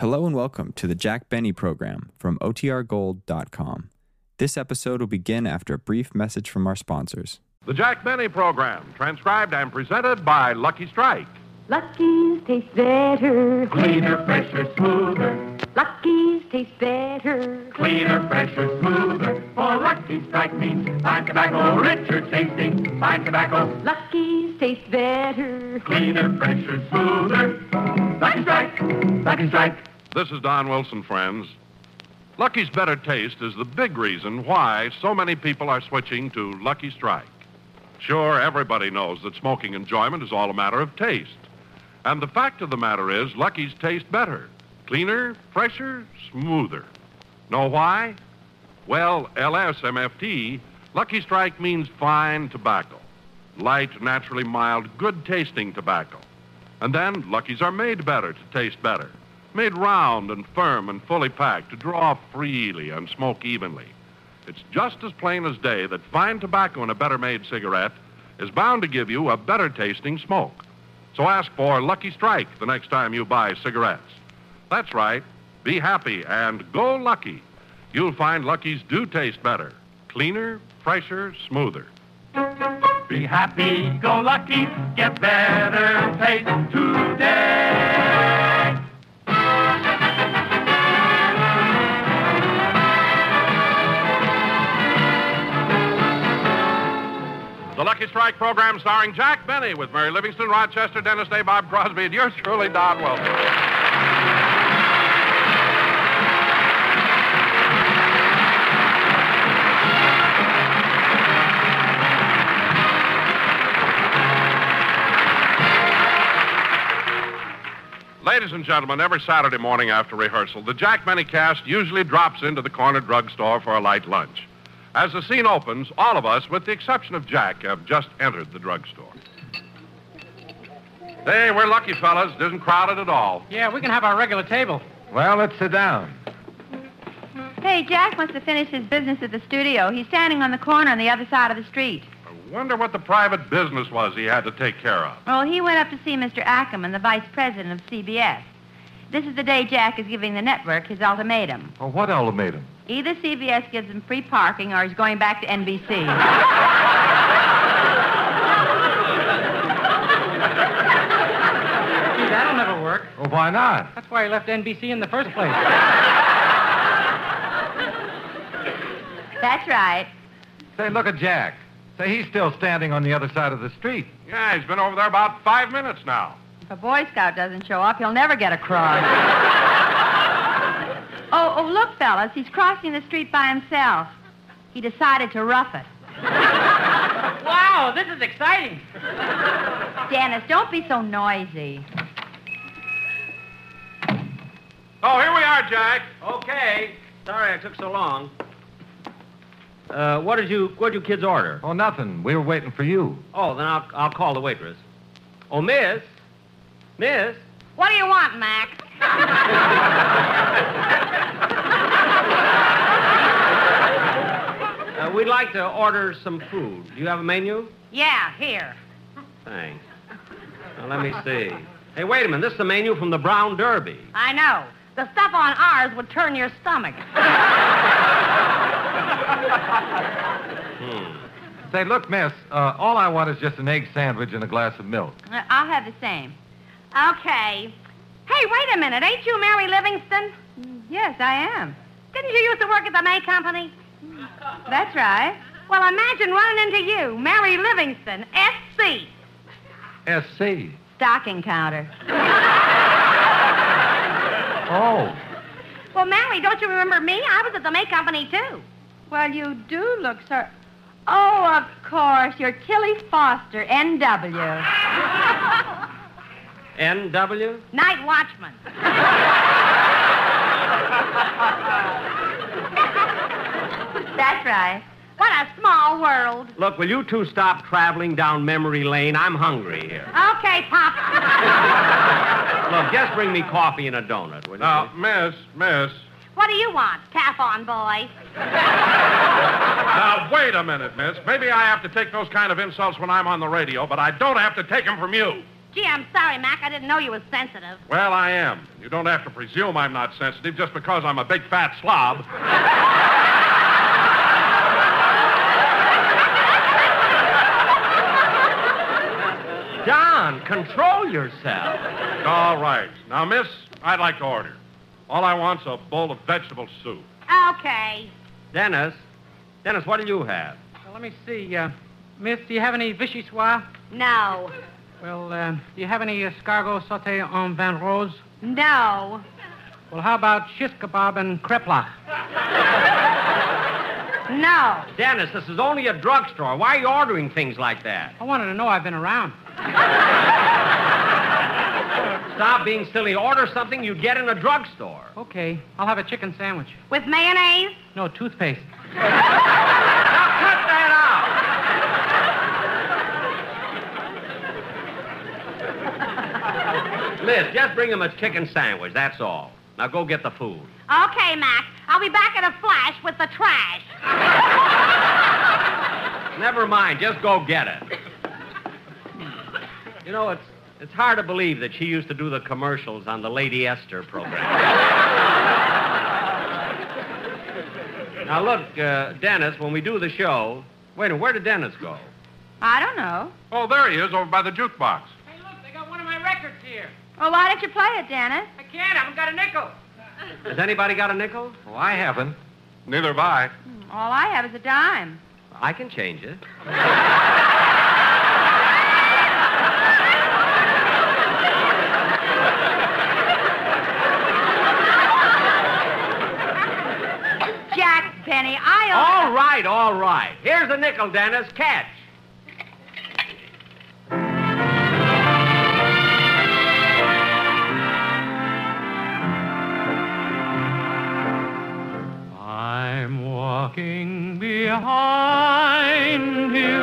Hello and welcome to the Jack Benny program from OTRGold.com. This episode will begin after a brief message from our sponsors. The Jack Benny Program, transcribed and presented by Lucky Strike. Lucky's taste better. Cleaner, fresher, smoother. Lucky's taste better. Cleaner, fresher, smoother. For Lucky Strike means fine tobacco, richer tasting, fine tobacco. Lucky's taste better. Cleaner, fresher, smoother. Lucky Strike, Lucky Strike. This is Don Wilson, friends. Lucky's better taste is the big reason why so many people are switching to Lucky Strike. Sure, everybody knows that smoking enjoyment is all a matter of taste. And the fact of the matter is, Lucky's taste better, cleaner, fresher, smoother. Know why? Well, LSMFT, Lucky Strike means fine tobacco. Light, naturally mild, good tasting tobacco. And then Luckies are made better to taste better. Made round and firm and fully packed to draw freely and smoke evenly. It's just as plain as day that fine tobacco in a better made cigarette is bound to give you a better tasting smoke. So ask for Lucky Strike the next time you buy cigarettes. That's right. Be happy and go lucky. You'll find Luckies do taste better, cleaner, fresher, smoother. Be happy, go lucky, get better taste today. The Lucky Strike program starring Jack Benny with Mary Livingston, Rochester, Dennis Day, Bob Crosby, and yours truly, Don Wilson. Ladies and gentlemen, every Saturday morning after rehearsal, the Jack Benny cast usually drops into the corner drugstore for a light lunch. As the scene opens, all of us, with the exception of Jack, have just entered the drugstore. Hey, we're lucky, fellas. It isn't crowded at all. Yeah, we can have our regular table. Well, let's sit down. Hey, Jack wants to finish his business at the studio. He's standing on the corner on the other side of the street. I wonder what the private business was he had to take care of. Well, he went up to see Mr. Ackerman, the vice president of CBS. This is the day Jack is giving the network his ultimatum. Well, what ultimatum? Either CBS gives him free parking or he's going back to NBC. Gee, that'll never work. Well, why not? That's why he left NBC in the first place. That's right. Say, look at Jack. Say, he's still standing on the other side of the street. Yeah, he's been over there about five minutes now. If a Boy Scout doesn't show up, he'll never get a cross. oh, oh, look, fellas, he's crossing the street by himself. He decided to rough it. Wow, this is exciting. Dennis, don't be so noisy. Oh, here we are, Jack. Okay. Sorry I took so long. Uh, what did you what did you kids order? Oh, nothing. We were waiting for you. Oh, then I'll I'll call the waitress. Oh, miss. Miss? What do you want, Mac? Uh, we'd like to order some food. Do you have a menu? Yeah, here. Thanks. Now, let me see. Hey, wait a minute. This is the menu from the Brown Derby. I know. The stuff on ours would turn your stomach. Uh, Hmm. Say, look, miss, uh, all I want is just an egg sandwich and a glass of milk. Uh, I'll have the same. Okay. Hey, wait a minute. Ain't you Mary Livingston? Yes, I am. Didn't you used to work at the May Company? That's right. Well, imagine running into you, Mary Livingston, SC. S.C. Stocking counter. Oh, Well, Mary, don't you remember me? I was at the May Company, too. Well, you do look, sir. Oh, of course. You're Tilly Foster, N.W. N.W.? Night watchman. That's right. What a small world. Look, will you two stop traveling down memory lane? I'm hungry here. Okay, Pop. Look, just bring me coffee and a donut, will you? Now, Uh, miss, miss. What do you want? Tap on, boy. Now, wait a minute, miss. Maybe I have to take those kind of insults when I'm on the radio, but I don't have to take them from you. Gee, I'm sorry, Mac. I didn't know you were sensitive. Well, I am. You don't have to presume I'm not sensitive just because I'm a big fat slob. Don, control yourself. All right. Now, miss, I'd like to order. All I want's a bowl of vegetable soup. Okay. Dennis, Dennis, what do you have? Well, let me see. Uh, miss, do you have any vichyssoise? No. Well, uh, do you have any escargot sauté en vin rose? No. Well, how about shish kebab and kreplach? No. Dennis, this is only a drugstore. Why are you ordering things like that? I wanted to know I've been around. Stop being silly. Order something you'd get in a drugstore. Okay, I'll have a chicken sandwich. With mayonnaise? No, toothpaste. Now cut that out. Liz, just bring him a chicken sandwich. That's all. Now go get the food. Okay, Mac. I'll be back in a flash with the trash. Never mind. Just go get it. You know, it's it's hard to believe that she used to do the commercials on the Lady Esther program. now look, uh, Dennis. When we do the show, wait a minute. Where did Dennis go? I don't know. Oh, there he is over by the jukebox. Hey, look, they got one of my records here. Well, why don't you play it, Dennis? I can't. I haven't got a nickel. Has anybody got a nickel? Oh, I haven't. Neither have I. All I have is a dime. I can change it. Jack Benny, I All right, all right. Here's a nickel, Dennis. Catch. I'm walking behind you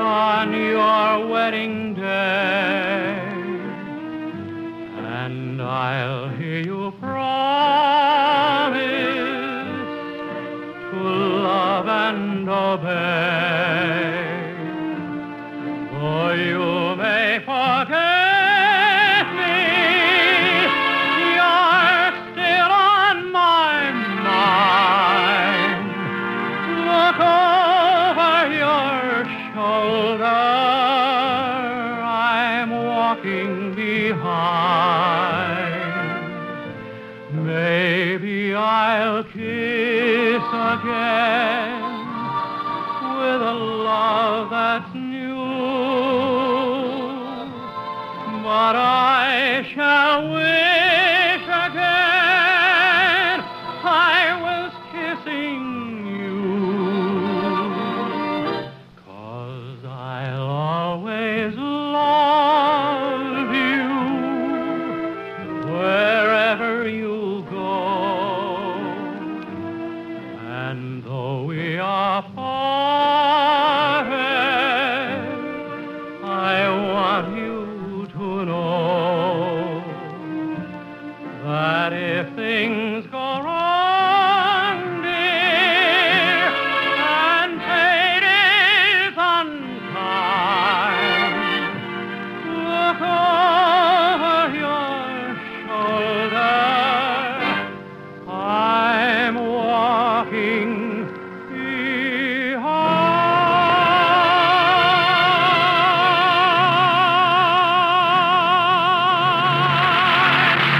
on your wedding day, and I'll hear you promise to love and obey. Though you may forget me, you're still on my mind. Look over your shoulder, I'm walking behind. Maybe I'll kiss again with a love that's new. But I shall wish again I was kissing you. Cause I'll always love you wherever you go. And though we are parted, I want you to know that if things go wrong, dear, and fate is unkind, look over your shoulder. I'm walking behind.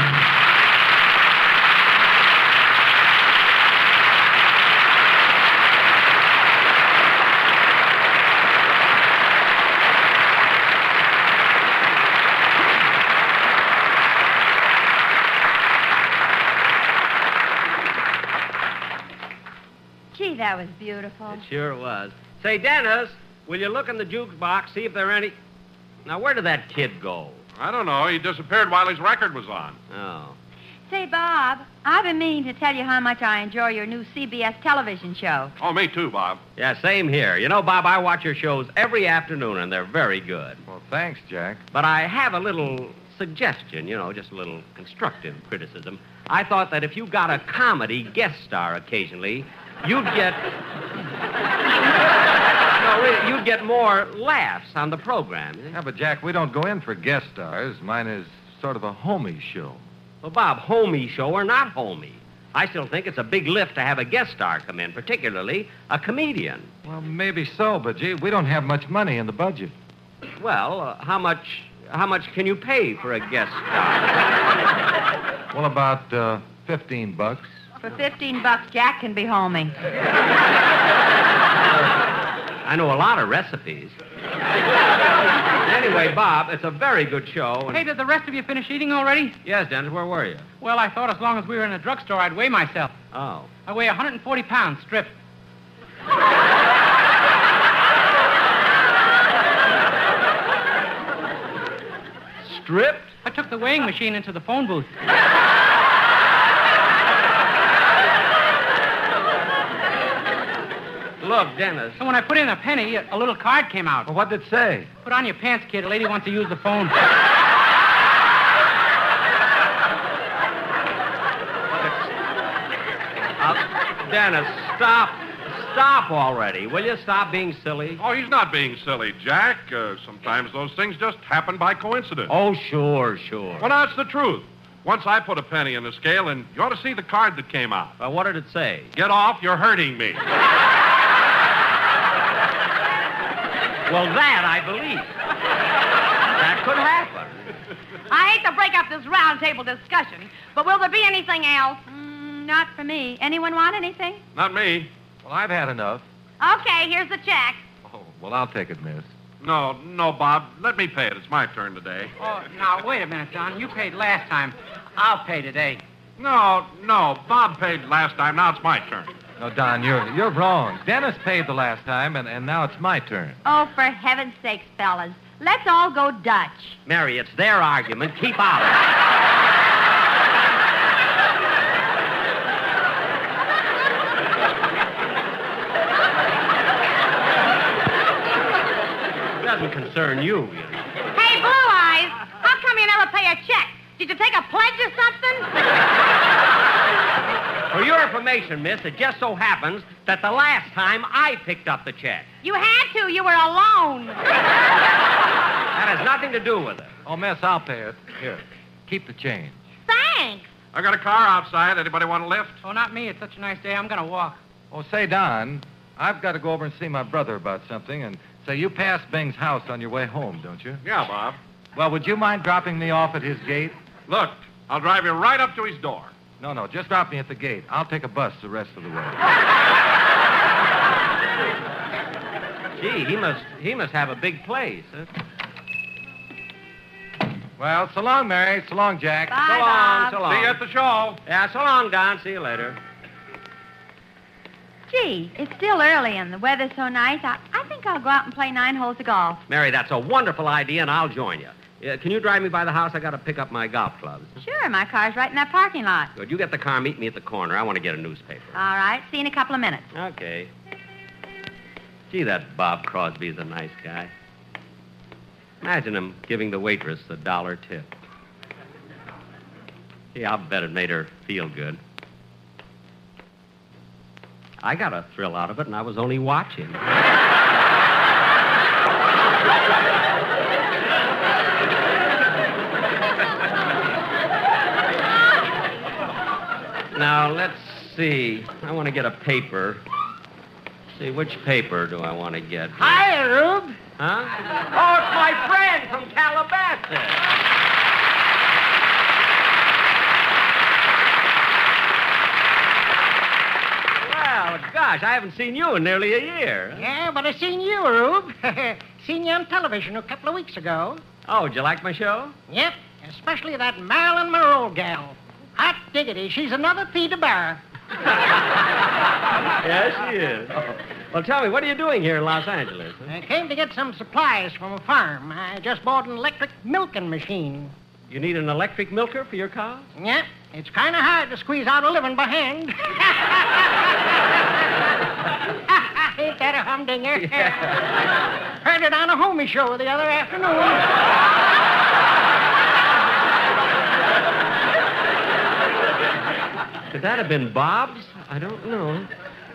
am. Gee, that was beautiful. It sure was. Say, Dennis, will you look in the jukebox, see if there are any. Now, where did that kid go? I don't know. He disappeared while his record was on. Oh. Say, Bob, I've been meaning to tell you how much I enjoy your new CBS television show. Oh, me too, Bob. Yeah, same here. You know, Bob, I watch your shows every afternoon, and they're very good. Well, thanks, Jack. But I have a little suggestion, you know, just a little constructive criticism. I thought that if you got a comedy guest star occasionally, you'd get. no, really, you'd get more laughs on the program. eh? Yeah, but Jack, we don't go in for guest stars. Mine is sort of a homey show. Well, Bob, homey show or not homey, I still think it's a big lift to have a guest star come in, particularly a comedian. Well, maybe so, but gee, we don't have much money in the budget. Well, uh, how much how much can you pay for a guest star? Well, about uh, 15 bucks. For 15 bucks, Jack can be homey. I know a lot of recipes. anyway, Bob, it's a very good show. and- Hey, did the rest of you finish eating already? yes, Dennis, where were you? Well, I thought as long as we were in a drugstore, I'd weigh myself. Oh. I weigh 140 pounds, stripped. Stripped? I took the weighing machine into the phone booth. Look, Dennis. And when I put in a penny, a little card came out. Well, what'd it say? Put on your pants, kid. A lady wants to use the phone. Uh, Dennis, stop. Stop already. Will you stop being silly? Oh, he's not being silly, Jack. Uh, sometimes those things just happen by coincidence. Oh, sure, sure. Well, that's the truth. Once I put a penny in the scale, and you ought to see the card that came out. Well, what did it say? Get off, you're hurting me. Well, that I believe. That could happen. I hate to break up this roundtable discussion, but will there be anything else? Mm, not for me. Anyone want anything? Not me. Well, I've had enough. Okay, here's the check. Oh, well, I'll take it, miss. No, Oh, no, Bob. Let me pay it. It's my turn today. Oh, now, wait a minute, Don. You paid last time. I'll pay today. No, no. Bob paid last time. Now it's my turn. No, Don, you're, you're wrong. Dennis paid the last time, and, and now it's my turn. Oh, for heaven's sakes, fellas. Let's all go Dutch. Mary, it's their argument. Keep out of it. It doesn't concern you. you know. Hey, Blue Eyes, how come you never pay a check? Did you take a pledge or something? For your information, miss, it just so happens that the last time I picked up the check. You had to. You were alone. That has nothing to do with it. Oh, miss, I'll pay it. Here, keep the change. Thanks. I got a car outside. Anybody want a lift? Oh, not me. It's such a nice day. I'm going to walk. Oh, say, Don, I've got to go over and see my brother about something, and say, you pass Bing's house on your way home, don't you? Yeah, Bob. Well, would you mind dropping me off at his gate? Look, I'll drive you right up to his door. No, no, just drop me at the gate. I'll take a bus the rest of the way. Gee, he must he must have a big place. huh? Well, so long, Mary. So long, Jack. Bye, so long, Bob. so long. See you at the show. Yeah, so long, Don. See you later. Gee, it's still early and the weather's so nice. I, I think I'll go out and play nine holes of golf. Mary, that's a wonderful idea, and I'll join you. Yeah, can you drive me by the house? I got to pick up my golf clubs. Sure, my car's right in that parking lot. Good. You get the car. Meet me at the corner. I want to get a newspaper. All right, see you in a couple of minutes. Okay. Gee, that Bob Crosby's a nice guy. Imagine him giving the waitress a dollar tip. Gee, I'll bet it made her feel good. I got a thrill out of it, and I was only watching. Now, let's see. I want to get a paper. See, which paper do I want to get? Hi, Rube. Huh? Oh, it's my friend from Calabasas. Well, gosh, I haven't seen you in nearly a year. Yeah, but I seen you, Rube. seen you on television a couple of weeks ago. Oh, did you like my show? Yep, especially that Marilyn Monroe gal. Hot diggity, she's another Thea DeBarra. Yes, she is. Well, tell me, what are you doing here in Los Angeles? I came to get some supplies from a farm. I just bought an electric milking machine. You need an electric milker for your cows? Yep, it's kind of hard to squeeze out a living by hand. Ain't that a humdinger? Heard it on a homie show the other afternoon. Could that have been Bob's? I don't know.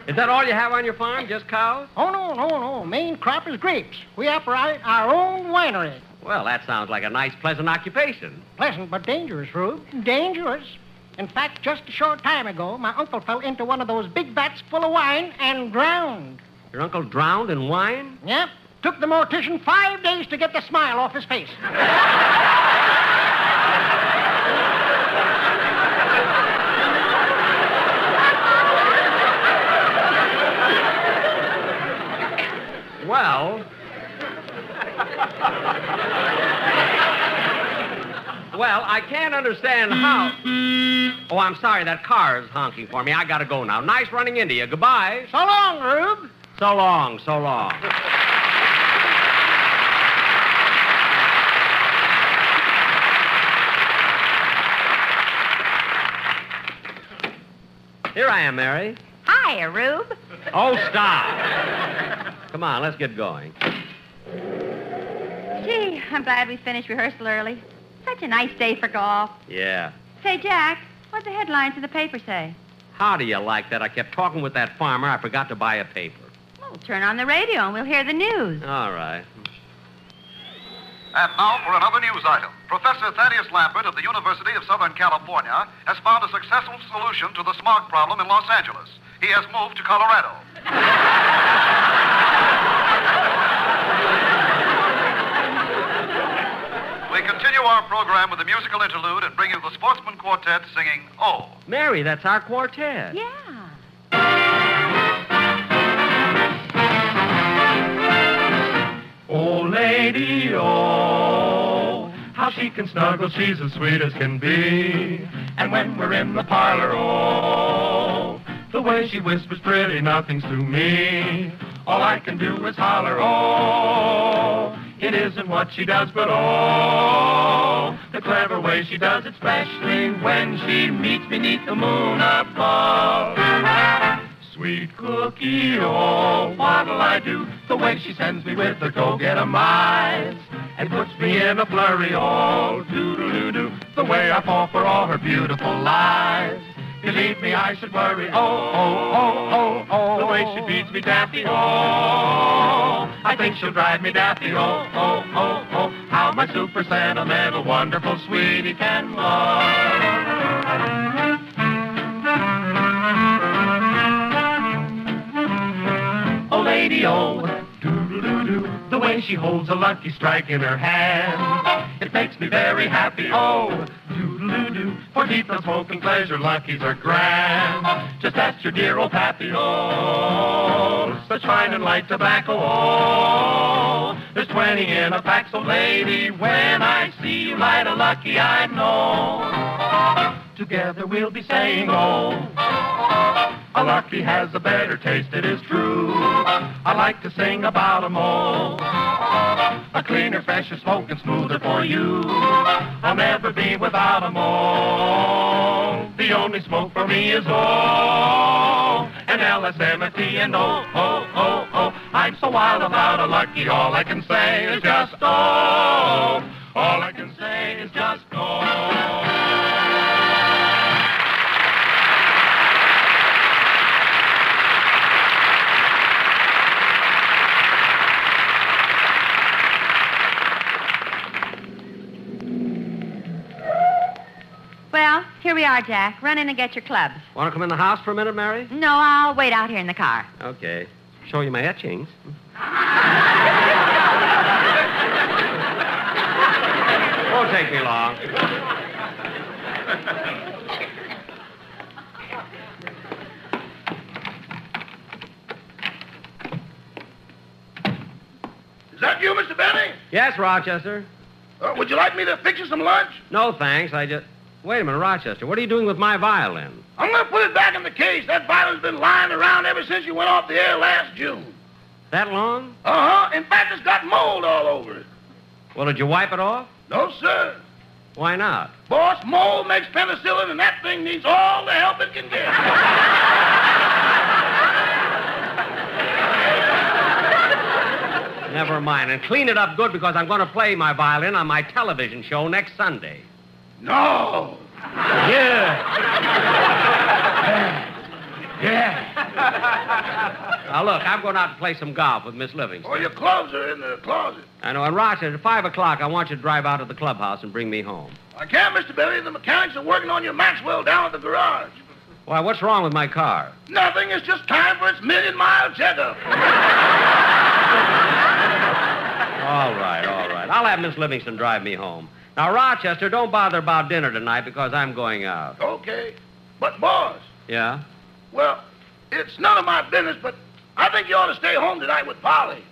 Is that all you have on your farm? Just cows? Oh, no, no, no. Main crop is grapes. We operate our own winery. Well, that sounds like a nice, pleasant occupation. Pleasant but dangerous, Rube. Dangerous. In fact, just a short time ago, my uncle fell into one of those big vats full of wine and drowned. Your uncle drowned in wine? Yep. Took the mortician five days to get the smile off his face. Well. well, I can't understand how. Oh, I'm sorry. That car is honking for me. I gotta go now. Nice running into you. Goodbye. So long, Rube. So long. So long. Here I am, Mary. Hi, Rube. Oh, stop. Come on, let's get going. Gee, I'm glad we finished rehearsal early. Such a nice day for golf. Yeah. Say, Jack, what the headlines in the paper say? How do you like that? I kept talking with that farmer. I forgot to buy a paper. Well, turn on the radio and we'll hear the news. All right. And now for another news item. Professor Thaddeus Lambert of the University of Southern California has found a successful solution to the smog problem in Los Angeles. He has moved to Colorado. we continue our program with a musical interlude and bring you the Sportsman Quartet singing Oh. Mary, that's our quartet. Yeah. Oh, lady, oh, how she can snuggle, she's as sweet as can be. And when we're in the parlor, oh, the way she whispers pretty nothings to me. All I can do is holler, oh, it isn't what she does, but oh, the clever way she does it, especially when she meets beneath the moon above. Sweet cookie, oh, what'll I do? The way she sends me with the go-get-em eyes and puts me in a flurry, oh, doo-doo-doo-doo. The way I fall for all her beautiful lies. Believe me, I should worry, oh, oh, oh, oh, oh. The way she feeds me daffy, oh, I think she'll drive me daffy, oh, oh, oh, oh. How my super sentimental, wonderful sweetie can love. Oh, lady, oh. Doo-doo-doo-doo. The way she holds a lucky strike in her hand. It makes me very happy, oh. Doo-doo-doo-doo. For deep in smoke and pleasure, luckies are grand. Just ask your dear old pappy, oh. Such fine and light tobacco, oh. There's 20 in a pack, so lady, when I see you light a lucky, I know. Together we'll be saying, oh. A lucky has a better taste, it is true. I like to sing about 'em all. A cleaner, fresher, smoking smoother for you. I'll never be without 'em all. The only smoke for me is all. And LSMFT and oh, oh, oh, oh. I'm so wild about a lucky, all I can say is just oh. All I can say is just Well, here we are, Jack. Run in and get your clubs. Want to come in the house for a minute, Mary? No, I'll wait out here in the car. Okay. Show you my etchings. Won't take me long. Is that you, Mr. Benny? Yes, Rochester. Uh, would you like me to fix you some lunch? No, thanks. I just. Wait a minute, Rochester. What are you doing with my violin? I'm going to put it back in the case. That violin's been lying around ever since you went off the air last June. That long? Uh huh. In fact, it's got mold all over it. Well, did you wipe it off? No, sir. Why not? Boss, mold makes penicillin, and that thing needs all the help it can get. Never mind. And clean it up good because I'm going to play my violin on my television show next Sunday. no. Yeah. Yeah. Now, look, I'm going out and play some golf with Miss Livingston. Or your clothes are in the closet. I know. And Rochester, at 5 o'clock, I want you to drive out to the clubhouse and bring me home. I can't, Mr. Billy. The mechanics are working on your Maxwell down at the garage. Why, what's wrong with my car? Nothing. It's just time for its million mile checkup. All right, all right. I'll have Miss Livingston drive me home. Now, Rochester, don't bother about dinner tonight because I'm going out. okay. But, boss, Yeah? well, it's none of my business, but I think you ought to stay home tonight with Polly.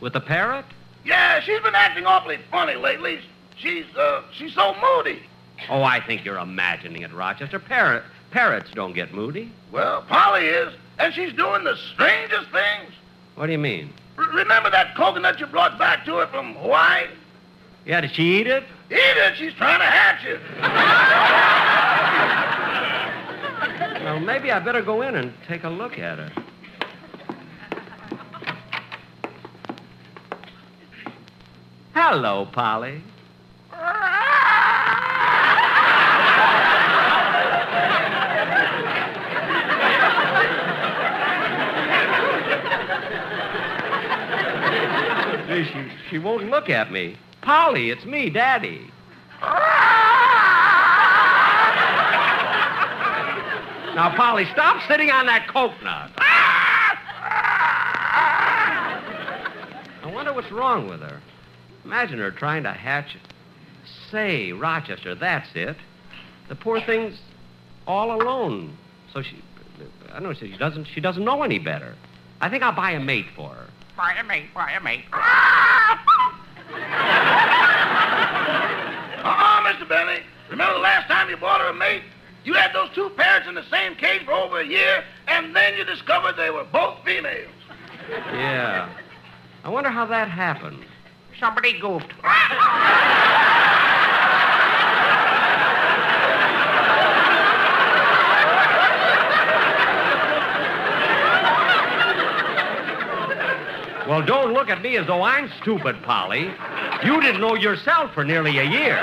With the parrot? Yeah, she's been acting awfully funny lately. She's, uh, she's so moody. Oh, I think you're imagining it, Rochester. Parrot, parrots don't get moody. Well, Polly is, and she's doing the strangest things. What do you mean? R- remember that coconut you brought back to her from Hawaii? Yeah, did she eat it? Eat it. She's trying to hatch you. Well, maybe I better go in and take a look at her. Hello, Polly. Gee, she, she won't look at me. Polly, it's me, Daddy. Now, Polly, stop sitting on that coconut. I wonder what's wrong with her. Imagine her trying to hatch it. Say, Rochester, that's it. The poor thing's all alone. So she, I don't know, she doesn't, she doesn't know any better. I think I'll buy a mate for her. Buy a mate, buy a mate. Uh-uh, Mr. Benny. Remember the last time you bought her a mate? You had those two parrots in the same cage for over a year, and then you discovered they were both females. Yeah. I wonder how that happened. Somebody goofed. Well, don't look at me as though I'm stupid, Polly. You didn't know yourself for nearly a year.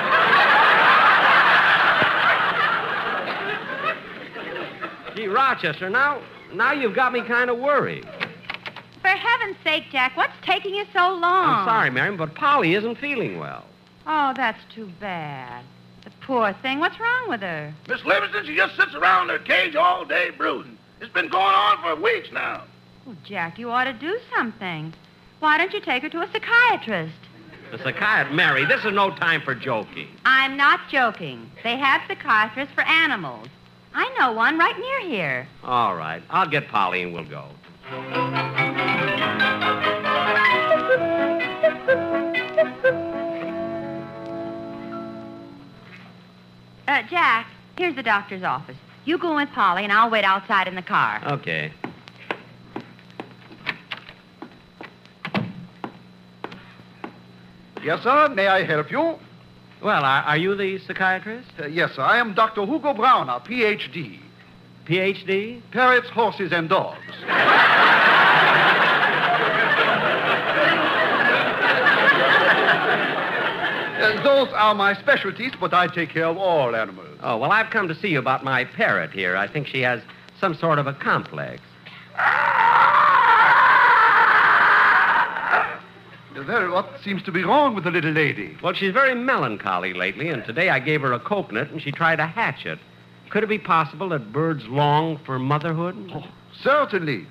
Gee, Rochester, now, now you've got me kind of worried. For heaven's sake, Jack, what's taking you so long? I'm sorry, Mary, but Polly isn't feeling well. Oh, that's too bad. The poor thing. What's wrong with her? Miss Livingston, she just sits around her cage all day brooding. It's been going on for weeks now. Oh, Jack, you ought to do something. Why don't you take her to a psychiatrist? The psychiatrist, Mary, this is no time for joking. I'm not joking. They have psychiatrists for animals. I know one right near here. All right, I'll get Polly and we'll go. Uh, Jack, here's the doctor's office. You go with Polly, and I'll wait outside in the car. Okay. Yes, sir. May I help you? Well, are, are you the psychiatrist? Uh, yes, sir. I am Dr. Hugo Browner, Ph.D. Ph.D.? Parrots, horses, and dogs. Uh, those are my specialties, but I take care of all animals. Oh, well, I've come to see you about my parrot here. I think she has some sort of a complex. Uh, There, what seems to be wrong with the little lady? Well, she's very melancholy lately, and today I gave her a coconut and she tried to hatch it. Could it be possible that birds long for motherhood? Oh, certainly.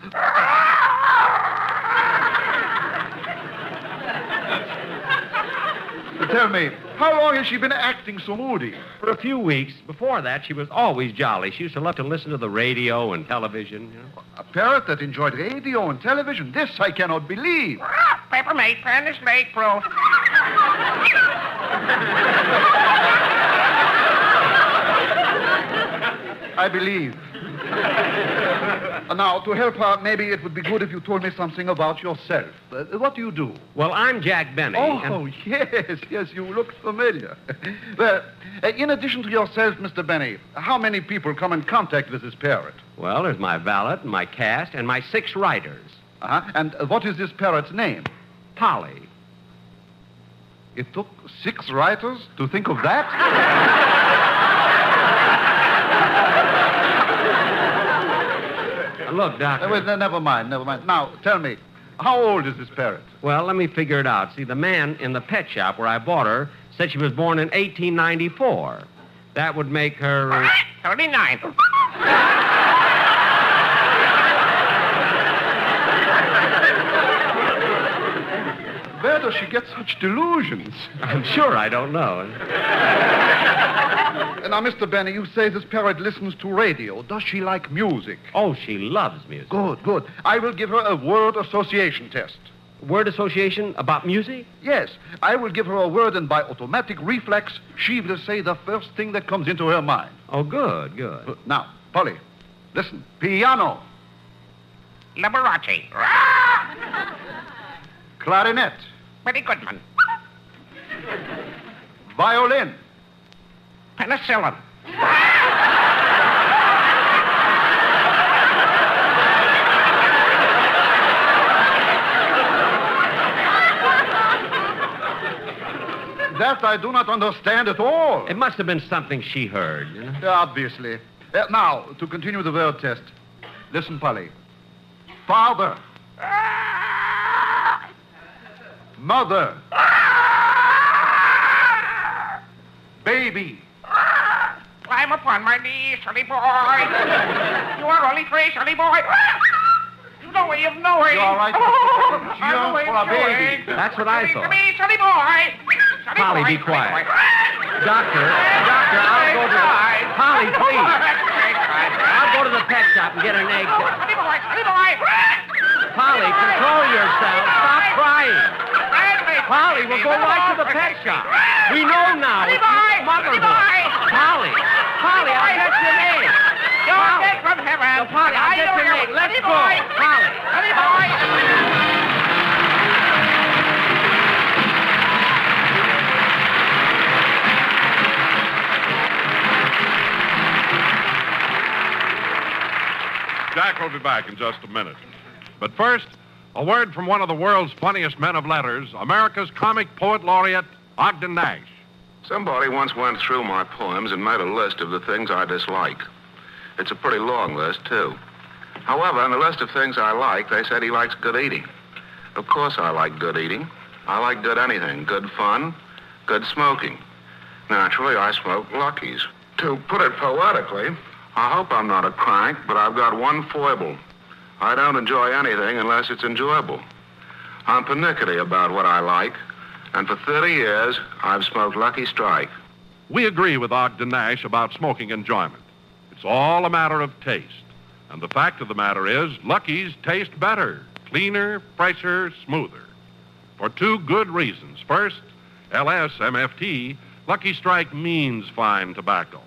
Tell me, how long has she been acting so moody? For a few weeks before that, she was always jolly. She used to love to listen to the radio and television. You know. A parrot that enjoyed radio and television. This I cannot believe. Paper mate, find this mate, bro. I believe. Uh, now, to help her, maybe it would be good if you told me something about yourself. Uh, what do you do? Well, I'm Jack Benny. Oh, yes, yes, you look familiar. well, uh, in addition to yourself, Mr. Benny, how many people come in contact with this parrot? Well, there's my valet, my cast, and my six writers. Uh-huh. And uh, what is this parrot's name? Polly. It took six writers to think of that? And look, Doctor. wait, no, never mind, never mind. Now, tell me, how old is this parrot? Well, let me figure it out. See, the man in the pet shop where I bought her said she was born in 1894. That would make her. uh, 39. Where does she get such delusions? I'm sure I don't Uh, know. Now, Mr. Benny, you say this parrot listens to radio. Does she like music? Oh, she loves music. Good, good. I will give her a word association test. Word association about music? Yes. I will give her a word, and by automatic reflex, she will say the first thing that comes into her mind. Oh, good, good. Uh, Now, Polly, listen. Piano, Liberace. clarinet, Pretty good one. violin. Penicillin. That I do not understand at all. It must have been something she heard. You know? Obviously. Uh, now, to continue the word test. Listen, Polly. Father. Mother. Baby. Climb upon my knees, silly boy. you are only free, silly boy. you know where you're knowing. You all right, Mr. Oh, Jones? I know You're where for a you're baby. going. That's what I Give it to thought. me, silly boy. Silly Polly, boy, be silly quiet. boy. Doctor, doctor, I'll go to. Polly, please. Oh, I'll go to the pet shop and get an egg. Silly boy, silly boy. Polly, control yourself. Stop crying. Polly, we'll go right to the pet shop. We know now. It's your mother's one. Polly, Polly, I'll get your name. You're dead from heaven. No, Polly, I'll I get know your you're- name. Let's Silly go. boy. Polly. Silly boy. Jack will be back in just a minute. But first, a word from one of the world's funniest men of letters, America's comic poet laureate, Ogden Nash. Somebody once went through my poems and made a list of the things I dislike. It's a pretty long list, too. However, in the list of things I like, they said he likes good eating. Of course, I like good eating. I like good anything good fun, good smoking. Naturally, I smoke Luckies. To put it poetically, I hope I'm not a crank, but I've got one foible. I don't enjoy anything unless it's enjoyable. I'm pernickety about what I like, and for 30 years, I've smoked Lucky Strike. We agree with Ogden Nash about smoking enjoyment. It's all a matter of taste. And the fact of the matter is, Luckies taste better, cleaner, fresher, smoother. For two good reasons. First, LSMFT, Lucky Strike means fine tobacco.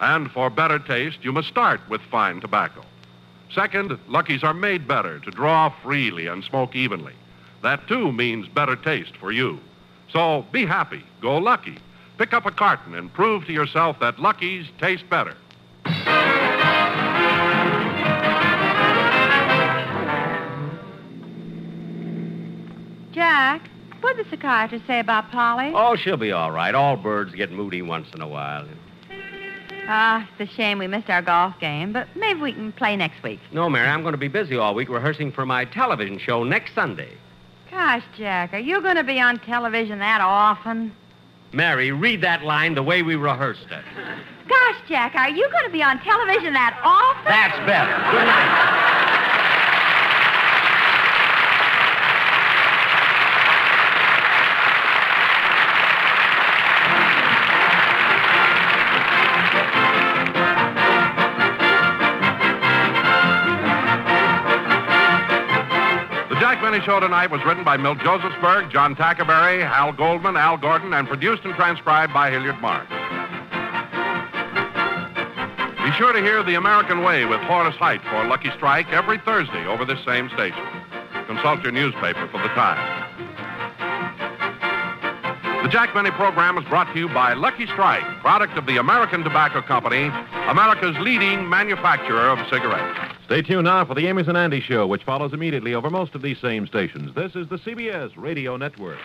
And for better taste, you must start with fine tobacco. Second, Luckies are made better to draw freely and smoke evenly. That too means better taste for you. So be happy, go lucky. Pick up a carton and prove to yourself that Luckies taste better. Jack, what did the psychiatrist say about Polly? Oh, she'll be all right. All birds get moody once in a while. Ah, it's a shame we missed our golf game, but maybe we can play next week. No, Mary, I'm going to be busy all week rehearsing for my television show next Sunday. Gosh, Jack, are you going to be on television that often? Mary, read that line the way we rehearsed it. Gosh, Jack, are you going to be on television that often? That's better. Good night. The Jack Benny Show tonight was written by Milt Josephsberg, John Tackerberry, Hal Goldman, Al Gordon, and produced and transcribed by Hilliard Mark. Be sure to hear The American Way with Horace Height for Lucky Strike every Thursday over this same station. Consult your newspaper for the time. The Jack Benny program is brought to you by Lucky Strike, product of the American Tobacco Company, America's leading manufacturer of cigarettes. Stay tuned now for the Amos and Andy Show, which follows immediately over most of these same stations. This is the CBS Radio Network.